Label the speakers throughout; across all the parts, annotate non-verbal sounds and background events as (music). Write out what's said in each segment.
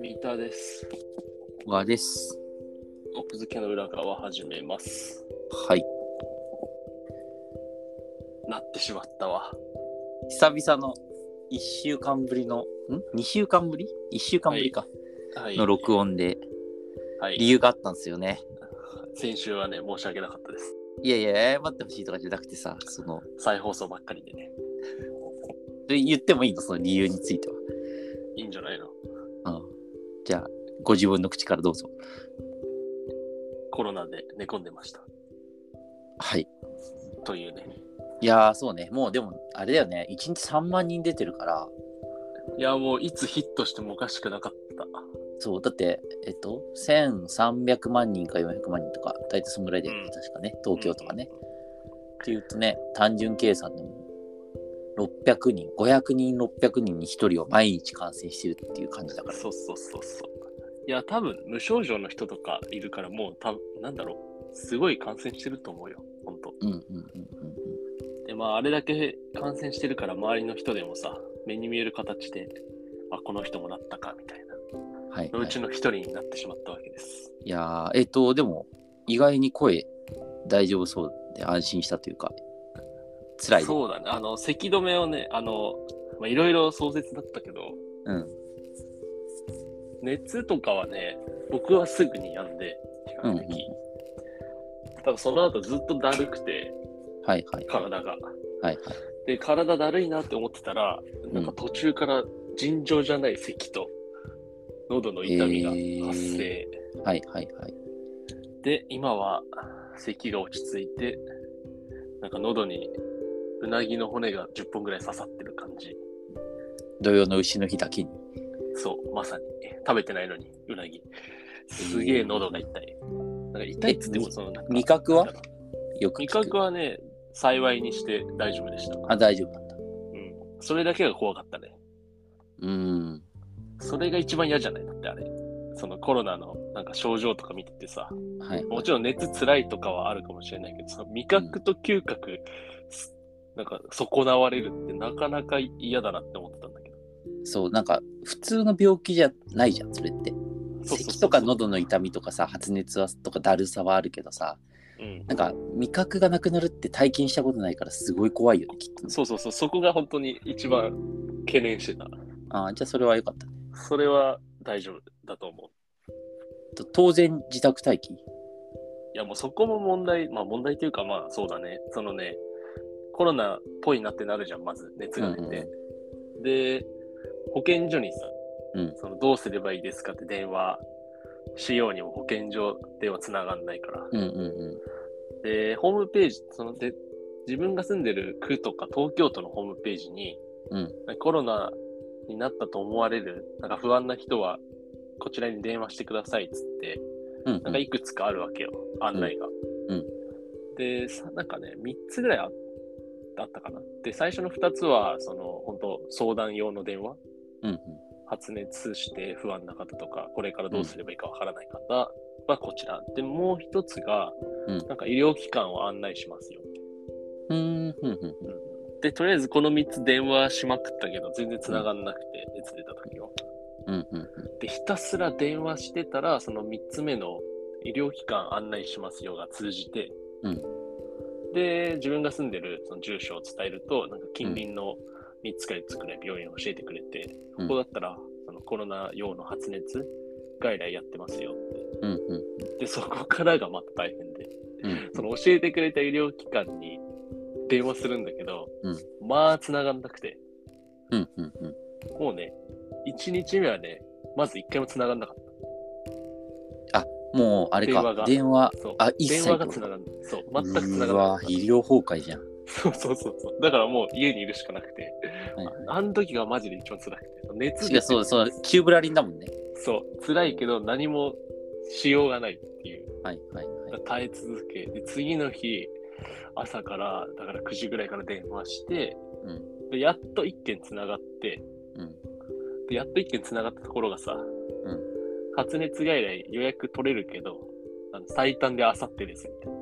Speaker 1: 三田です。
Speaker 2: 和です。
Speaker 1: 奥付けの裏側始めます。
Speaker 2: はい。
Speaker 1: なってしまったわ。
Speaker 2: 久々の1週間ぶりの、ん ?2 週間ぶり ?1 週間ぶりか。
Speaker 1: はい。
Speaker 2: の録音で
Speaker 1: はい
Speaker 2: 理由があったんですよね。
Speaker 1: 先週はね、申し訳なかったです。
Speaker 2: いやいや、謝ってほしいとかじゃなくてさ、その、
Speaker 1: 再放送ばっかりでね。
Speaker 2: で言ってもいいのその理由について
Speaker 1: いいんじゃないの
Speaker 2: は。うん。じゃあ、ご自分の口からどうぞ。
Speaker 1: コロナで寝込んでました。
Speaker 2: はい。
Speaker 1: というね。
Speaker 2: いやー、そうね。もうでも、あれだよね。1日3万人出てるから、
Speaker 1: いや、もういつヒットしてもおかしくなかった。
Speaker 2: そう、だって、えっと、1300万人か400万人とか、大体そのぐらいで、
Speaker 1: うん
Speaker 2: 確かね、東京とかね。っていうとね、単純計算でも、600人、500人、600人に1人を毎日感染してるっていう感じだから。
Speaker 1: そうそうそうそう。いや、多分無症状の人とかいるから、もう多分なんだろう。すごい感染してると思うよ。ほんと。
Speaker 2: うんうんうんうん
Speaker 1: でまああれだけ感染してるから周りの人でもさ目に見える形であこの人もなったかみたいな
Speaker 2: うん。はい、
Speaker 1: の
Speaker 2: は
Speaker 1: う
Speaker 2: い。
Speaker 1: ちの一人になってしまったわけです、
Speaker 2: いやー、えっと、でも、意外に声大丈夫そうで安心したというか、辛いね。
Speaker 1: そうだねあの咳止めをねあのまあいろいろ壮絶だったけど
Speaker 2: うん。
Speaker 1: 熱とかはね僕はすぐに病んで比較的、
Speaker 2: うんうん
Speaker 1: ただその後ずっとだるくて
Speaker 2: はいはい。はい
Speaker 1: 体が
Speaker 2: はい。
Speaker 1: で体だるいなって思ってたらなんか途中から尋常じゃない咳と喉の痛みが発生、
Speaker 2: はいはいはい。
Speaker 1: で、今は咳が落ち着いて、なんか喉にうなぎの骨が10本ぐらい刺さってる感じ。
Speaker 2: 土曜の牛の日だけに。
Speaker 1: そう、まさに。食べてないのに、うなぎ。すげえ喉が痛い。なんか痛いっつっても、
Speaker 2: え
Speaker 1: そのなんか
Speaker 2: 味覚は
Speaker 1: なんだろ
Speaker 2: よく
Speaker 1: う味
Speaker 2: 聞く。
Speaker 1: 覚はね、幸いにして大丈夫でした。
Speaker 2: あ、大丈夫なんだ。
Speaker 1: うん。それだけが怖かったね。
Speaker 2: うん。
Speaker 1: それが一番嫌じゃないだってあれ。そのコロナのなんか症状とか見ててさ、
Speaker 2: はい。
Speaker 1: もちろん熱つらいとかはあるかもしれないけど、その味覚と嗅覚、すなんか損なわれるってなかなか嫌だなって思ってたんだけど。
Speaker 2: そう、なんか、普通の病気じゃないじゃん、それって。
Speaker 1: そうそうそう
Speaker 2: 咳とか喉の痛みとかさ、発熱はとかだるさはあるけどさ、
Speaker 1: うん。
Speaker 2: なんか、味覚がなくなるって体験したことないから、すごい怖いよね、きっとね。
Speaker 1: そうそうそう、そこが本当に一番懸念してた。
Speaker 2: ああ、じゃあそれは良かったね。
Speaker 1: それは大丈夫だと思う。
Speaker 2: と当然、自宅待機。
Speaker 1: いやもうそこも問題、まあ問題というかまあそうだね。そのね、コロナっぽいなってなるじゃん、まず熱が出て。で、保健所にさ、
Speaker 2: うん
Speaker 1: そのどうすればいいですかって電話しようにも保健所電話つながんないから。
Speaker 2: うんうん
Speaker 1: で、ホームページ、そので自分が住んでる区とか東京都のホームページに、
Speaker 2: うん
Speaker 1: コロナになったと思われる、なんか不安な人は、こちらに電話してくださいっつって、
Speaker 2: う
Speaker 1: な
Speaker 2: ん。う
Speaker 1: ん
Speaker 2: ん
Speaker 1: か
Speaker 2: うん、
Speaker 1: いくつかあるわけよ、案内が。
Speaker 2: うん
Speaker 1: でさ、なんかね、3つぐらいああったかな。で、最初の2つは、その、本当相談用の電話。
Speaker 2: うんうん。
Speaker 1: 発熱して不安な方とか、これからどうすればいいかわからない方はこちら。で、もう一つが、
Speaker 2: うん
Speaker 1: なんか医療機関を案内しますよ。
Speaker 2: うーん、うんうんうん。
Speaker 1: で、とりあえずこの3つ電話しまくったけど、全然繋がんなくて、熱出た時は。
Speaker 2: うんうんうん。
Speaker 1: で、ひたすら電話してたら、その3つ目の医療機関案内しますよが通じて、
Speaker 2: うん
Speaker 1: で、自分が住んでるその住所を伝えると、なんか近隣の3つか4つくらい病院を教えてくれて、
Speaker 2: うん
Speaker 1: ここだったらそのコロナ用の発熱外来やってますよっ
Speaker 2: うんうん
Speaker 1: て。で、そこからがまた大変で、
Speaker 2: うん。
Speaker 1: その教えてくれた医療機関に電話するんだけど、
Speaker 2: うん
Speaker 1: まあ繋がんなくて、
Speaker 2: うんうんうん。
Speaker 1: もうね、1日目はね、まず1回も繋がんなかっ
Speaker 2: もう、あれ
Speaker 1: 電話
Speaker 2: か
Speaker 1: が、
Speaker 2: 電話
Speaker 1: た。、そう
Speaker 2: あ一切
Speaker 1: 電話が繋がんない。そう、全く繋が
Speaker 2: う
Speaker 1: らな
Speaker 2: わ
Speaker 1: かっ、た
Speaker 2: 医療崩壊じゃん。
Speaker 1: そうそうそうそう。だからもう家にいるしかなくて、
Speaker 2: はいはい
Speaker 1: あの時がマジで一番辛くて、熱
Speaker 2: いや、そうそう、キューブラリンだもんね。
Speaker 1: そう、辛いけど何もしようがないっていう。
Speaker 2: はいはいはい。
Speaker 1: 耐え続け、で、次の日、朝から、だから9時ぐらいから電話して、
Speaker 2: うん
Speaker 1: でやっと1件つながって、
Speaker 2: うん。
Speaker 1: でやっと1件つながったところがさ、
Speaker 2: ん
Speaker 1: 発熱外来予約取れるけど、あの最短であさってですみたいな。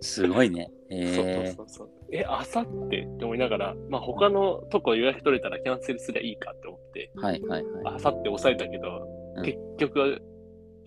Speaker 2: すご
Speaker 1: (laughs)
Speaker 2: いね。え
Speaker 1: そうそうそうそう。え、あさってって思いながら、まあ他のとこ予約取れたらキャンセルすりゃいいかって思って、
Speaker 2: ー、はいはいはい。
Speaker 1: あさって抑えたけど、
Speaker 2: うん
Speaker 1: 結局、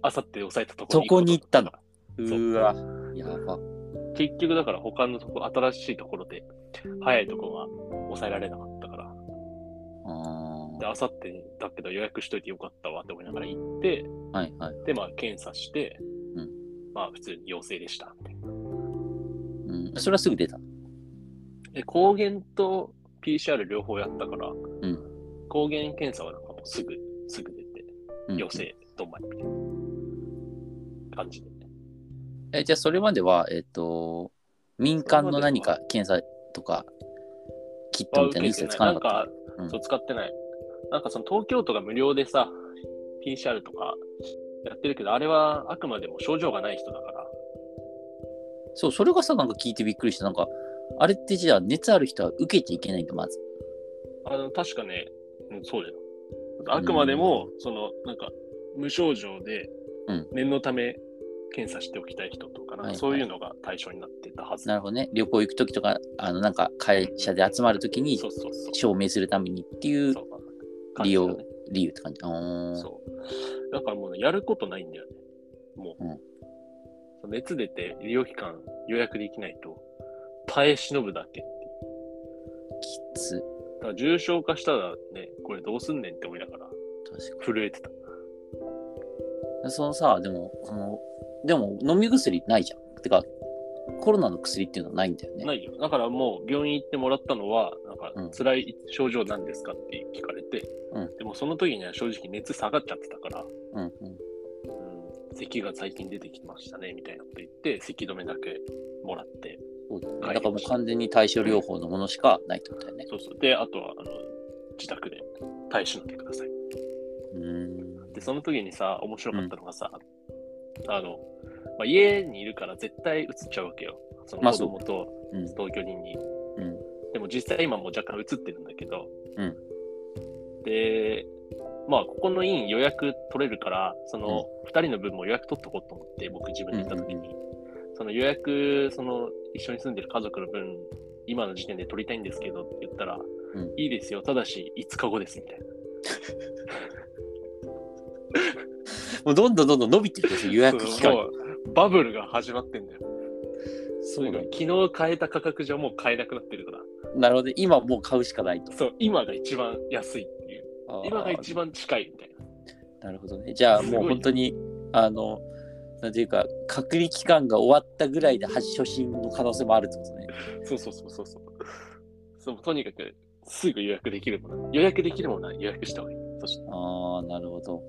Speaker 1: あさって抑えたとこ
Speaker 2: そこに行った
Speaker 1: の
Speaker 2: の。うわ、やば。
Speaker 1: 結局だから他のとこ、新しいところで、早いとこは抑えられなかったから。
Speaker 2: あ
Speaker 1: で、あさってにだけど予約しといてよかったわって思いながら行って、
Speaker 2: ーはいはい。
Speaker 1: で、まあ検査して、
Speaker 2: うん
Speaker 1: まあ普通に陽性でしたって。
Speaker 2: うん、それはすぐ出た。
Speaker 1: で、抗原と PCR 両方やったから、
Speaker 2: ん
Speaker 1: 抗原検査はなんかもうすぐ、すぐ出て。
Speaker 2: うん
Speaker 1: 寄せ止まりみたいな感じで。
Speaker 2: えじゃあそれまでは、えっ、と、民間の何か検査とか、キットみたいな一切使
Speaker 1: な
Speaker 2: わなんか
Speaker 1: か
Speaker 2: っ、うん
Speaker 1: そう使ってない。なんかその東京都が無料でさ、PCR とかやってるけど、あれはあくまでも症状がない人だから、
Speaker 2: た。そう、それがさ、なんか聞いてびっくりした。なんか、あれってじゃあ熱ある人は受けちゃいけないんだ、まず。
Speaker 1: あの確かね、うんそうだよ。あくまでも、その、なんか、無症状で
Speaker 2: うん、
Speaker 1: 念のため検査しておきたい人とか、なんか
Speaker 2: はいはい
Speaker 1: そういうのが対象になってたはず。
Speaker 2: なるほどね。旅行行くときとか、あの、なんか会社で集まるときに
Speaker 1: そうそうそう。
Speaker 2: 証明するためにっていう
Speaker 1: そう
Speaker 2: 利
Speaker 1: 感じ
Speaker 2: 用
Speaker 1: だね、
Speaker 2: 理由って感じ。おー
Speaker 1: そう。だからもうね、やることないんだよね。もう。
Speaker 2: うん
Speaker 1: 熱出て医療機関予約できないと、耐え忍ぶだけ。
Speaker 2: きつ。
Speaker 1: だから重症化したらね、これどうすんねんって思いながら
Speaker 2: 確か
Speaker 1: 震えてた。
Speaker 2: に。そのさ、でも、その、でも飲み薬ないじゃん。てか、コロナの薬っていうのはないんだよね。
Speaker 1: ないよ。だからもう病院行ってもらったのは、なんか
Speaker 2: うん
Speaker 1: 辛い症状なんですかって聞かれて、
Speaker 2: うん
Speaker 1: でもその時には正直熱下がっちゃってたから、
Speaker 2: うんうん。
Speaker 1: うん、咳が最近出てきましたねみたいなこと言って、咳止めだけもらって、
Speaker 2: そうだね
Speaker 1: はい
Speaker 2: だからもう完全に対症療法のものしかないってことだよね。
Speaker 1: そうそう。で、あとは、あの、自宅で耐え忍んでください。
Speaker 2: うん。
Speaker 1: で、その時にさ、面白かったのがさ、あの、まあ、家にいるから絶対移っちゃうわけよ。そ
Speaker 2: ま
Speaker 1: の
Speaker 2: あ
Speaker 1: 子供と
Speaker 2: うん。
Speaker 1: 同居人に。
Speaker 2: うん。
Speaker 1: でも実際今もう若干移ってるんだけど、
Speaker 2: うん
Speaker 1: で、まあ、ここの院予約取れるから、その2人の分も予約取っとこうと思って、僕自分で行った時に、その予約、その一緒に住んでる家族の分、今の時点で取りたいんですけどって言ったら、
Speaker 2: ん
Speaker 1: いいですよ、ただし5日後ですみたいな。
Speaker 2: もうどんどんどんどん伸びてるですよ、予約期
Speaker 1: そ
Speaker 2: 間。
Speaker 1: うそうバブルが始まってんだよ。
Speaker 2: そうだね
Speaker 1: 昨日買えた価格じゃもう買えなくなってるから。
Speaker 2: なるほどね。今もう買うしかないと。
Speaker 1: そう、今が一番安いっていう。今が一
Speaker 2: 番。
Speaker 1: 番近いみたいな。
Speaker 2: なるほどね。じゃあ
Speaker 1: すご
Speaker 2: も
Speaker 1: いうね
Speaker 2: 本当に、あの、なんていうか、隔離期間が終わったぐらいで初初心の可能性もあるってことね。
Speaker 1: そうそうそうそうそう。そうとにかく、すぐ予約できるもの。予約できるものは予約した方がいい。そして、
Speaker 2: ああ、なるほど。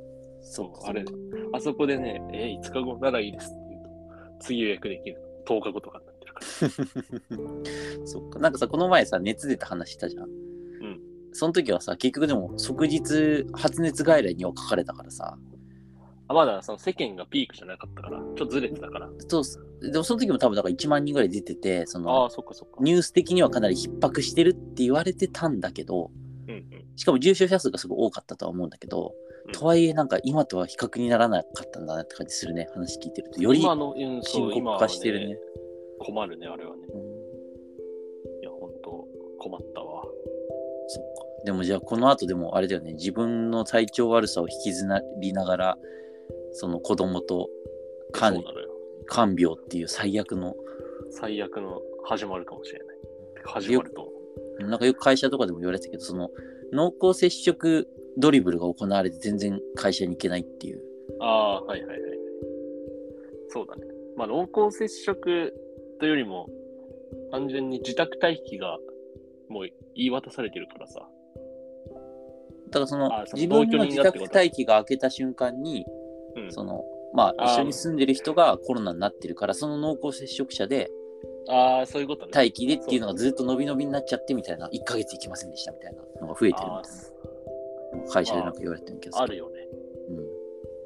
Speaker 1: そう
Speaker 2: か
Speaker 1: あれ
Speaker 2: そうか、
Speaker 1: あそこでね、えー、5日後ならいいですって言うと、次予約できるの。10日後とかになってるから。。
Speaker 2: そっか。なんかさ、この前さ、熱出た話したじゃん。うんその時はさ、結局でも、即日発熱外来には書かれたからさ。
Speaker 1: あまだその世間がピークじゃなかったから、ちょっとずれてたから。
Speaker 2: そうっすでもその時も多分だから1万人ぐらい出ててそ
Speaker 1: あ
Speaker 2: の
Speaker 1: あ、そっかそっか。
Speaker 2: ニュース的にはかなり逼迫してるって言われてたんだけど
Speaker 1: うんうん。
Speaker 2: しかも重症者数がすごい多かったとは思うんだけど、
Speaker 1: うん
Speaker 2: とはいえなんか今とは比較にならなかったんだなって感じするね話聞いてるとより
Speaker 1: 今の、うん、そ
Speaker 2: 深
Speaker 1: う今
Speaker 2: 刻
Speaker 1: は
Speaker 2: 化してるね。
Speaker 1: 困るね、あれはね。
Speaker 2: うん
Speaker 1: いや、本当困ったわ。
Speaker 2: そっかでもじゃあこの後でもあれだよね自分の体調悪さを引きずりながらその子供と
Speaker 1: そ
Speaker 2: 看
Speaker 1: うなのよ。
Speaker 2: 看病っていう最悪の
Speaker 1: 最悪の始まるかもしれない。始まると思う。
Speaker 2: なんかよく会社とかでも言われてたけど、その濃厚接触ドリブルが行われて全然会社に行けないっていう。
Speaker 1: ああー、はいはいはいはい。そうだね。まあ、濃厚接触というよりも、単純に自宅待機がもう言い渡されてるからさ。
Speaker 2: だからその
Speaker 1: あその
Speaker 2: 自分の
Speaker 1: 同居人
Speaker 2: 自
Speaker 1: がって
Speaker 2: 宅
Speaker 1: こと
Speaker 2: 待機が明けた瞬間に、
Speaker 1: うん。
Speaker 2: そのまあ
Speaker 1: あー
Speaker 2: 一緒に住んでる人がコロナになってるから、その濃厚接触者で
Speaker 1: ああ、そういうことね。
Speaker 2: 待機でっていうのがずっと伸び伸びになっちゃってみたいな、1ヶ月行きませんでしたみたいなのが増えてる
Speaker 1: あ
Speaker 2: みたいな。会社でなんか言われてるけど
Speaker 1: ー
Speaker 2: さ
Speaker 1: あるよね。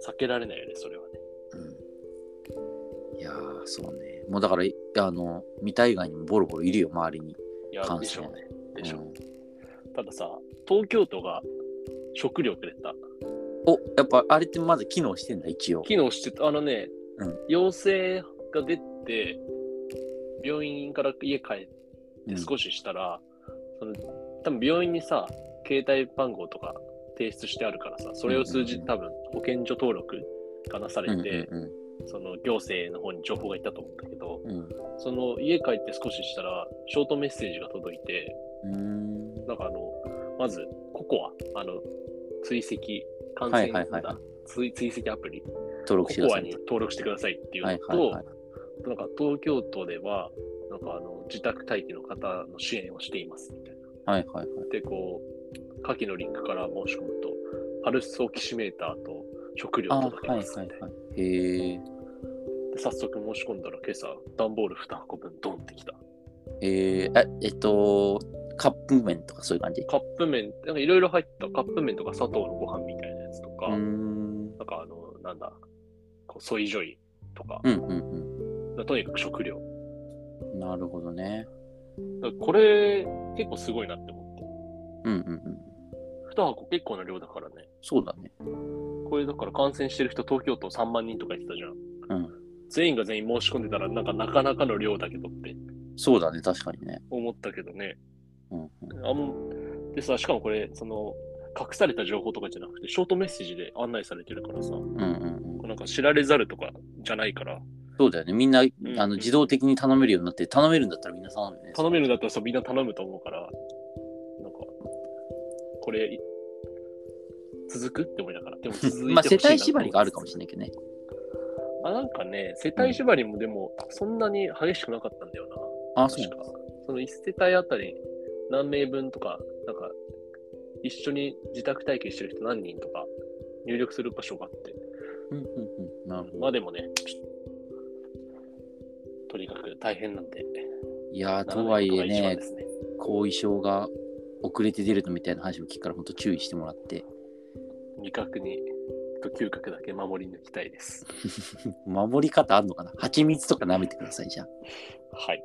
Speaker 1: 避けられないよね、それはね。
Speaker 2: うんうん。いやー、そうね。もうだから、いあの、見た以外にもボロボロいるよ、周りに。
Speaker 1: いや
Speaker 2: 感、
Speaker 1: で
Speaker 2: 染
Speaker 1: しょうね。でしょう。
Speaker 2: うん
Speaker 1: たださ、東京都が食料くれた。
Speaker 2: お、やっぱあれってまだ機能してんだ、一応。
Speaker 1: 機能してた、あのね、
Speaker 2: うん
Speaker 1: 陽性が出て、病院から家帰っ
Speaker 2: う
Speaker 1: て
Speaker 2: ん
Speaker 1: 少ししたら、その多分病院にさ、携帯番号とか提出してあるからさ、それを通
Speaker 2: う
Speaker 1: じ
Speaker 2: ん
Speaker 1: て多分保健所登録がなされて、
Speaker 2: うんうん
Speaker 1: その行政の方に情報がいったと思ったけど、
Speaker 2: うん
Speaker 1: その家帰って少ししたら、ショートメッセージが届いて、
Speaker 2: うんうーん
Speaker 1: なんかあの、まず、ココア、あの、追跡、感染
Speaker 2: はいはいはい
Speaker 1: だ追追跡アプリ、コ
Speaker 2: 登録してくだ
Speaker 1: コ
Speaker 2: さ
Speaker 1: ア
Speaker 2: い
Speaker 1: に登録してくださいっていう
Speaker 2: は
Speaker 1: の
Speaker 2: い
Speaker 1: と、
Speaker 2: はいはい
Speaker 1: なんか東京都では、なんかあの自宅待機の方の支援をしていますみたいな。
Speaker 2: はいはいはい
Speaker 1: で、こう、下記のリンクから申し込むと、パルスオキシメーターと食料
Speaker 2: あ
Speaker 1: を
Speaker 2: はい
Speaker 1: 届け
Speaker 2: は
Speaker 1: ま
Speaker 2: い
Speaker 1: すみたいな。
Speaker 2: はいへえ
Speaker 1: で早速申し込んだら、今朝、段ボール2箱分ドンってきた。
Speaker 2: えー、ええっとカップ麺とかそういう感じ
Speaker 1: カップ麺、なんかいろいろ入ったカップ麺とか砂糖のご飯みたいなやつとか、
Speaker 2: うーん
Speaker 1: なんかあの、なんだ、こうソイジョイとか、
Speaker 2: うんうん
Speaker 1: とにかく食料。
Speaker 2: うんなるほどね
Speaker 1: だからこれ、結構すごいなって思って。
Speaker 2: うんうんうん
Speaker 1: 2箱結構な量だからね。
Speaker 2: そうだね
Speaker 1: これだから感染してる人、東京都3万人とか言ってたじゃん。
Speaker 2: うん
Speaker 1: 全員が全員申し込んでたら、なんかなかなかの量だけどって
Speaker 2: そうだね確かにね
Speaker 1: 思ったけどね。
Speaker 2: うんうん
Speaker 1: あんでさ、しかもこれ、その、隠された情報とかじゃなくて、ショートメッセージで案内されてるからさ、
Speaker 2: うんうんうん
Speaker 1: なんか知られざるとかじゃないから、
Speaker 2: そうだよねみんな、
Speaker 1: ん
Speaker 2: あの自動的に頼めるようになって頼めるんだったらみんな頼むよね
Speaker 1: 頼めるんだったらそうみんな頼むと思うから、なんか、これ、い続くって思いながら。でも続いてほしいな
Speaker 2: まあ世帯縛りがあるかもしれ
Speaker 1: ない。
Speaker 2: ないけどね
Speaker 1: あなんかね、世帯縛りもでも、そんなに激しくなかったんだよな。
Speaker 2: あそう
Speaker 1: 確
Speaker 2: な
Speaker 1: か
Speaker 2: んだ。
Speaker 1: その1世帯あたり何名分とか、なんか、一緒に自宅待機してる人何人とか入力する場所があって。
Speaker 2: うんうんうんなるほ
Speaker 1: まあ
Speaker 2: ど
Speaker 1: でもね、とにかく大変なんで。
Speaker 2: いやーとはいえ
Speaker 1: ならないことが一番
Speaker 2: ね
Speaker 1: ですね
Speaker 2: 後遺症が遅れて出るみたいな話を聞くから本当注意してもらって
Speaker 1: 味覚に、と嗅覚だけ守り抜きたいです。
Speaker 2: 守り方あるのかな蜂蜜とか舐めてくださいじゃあ
Speaker 1: はい。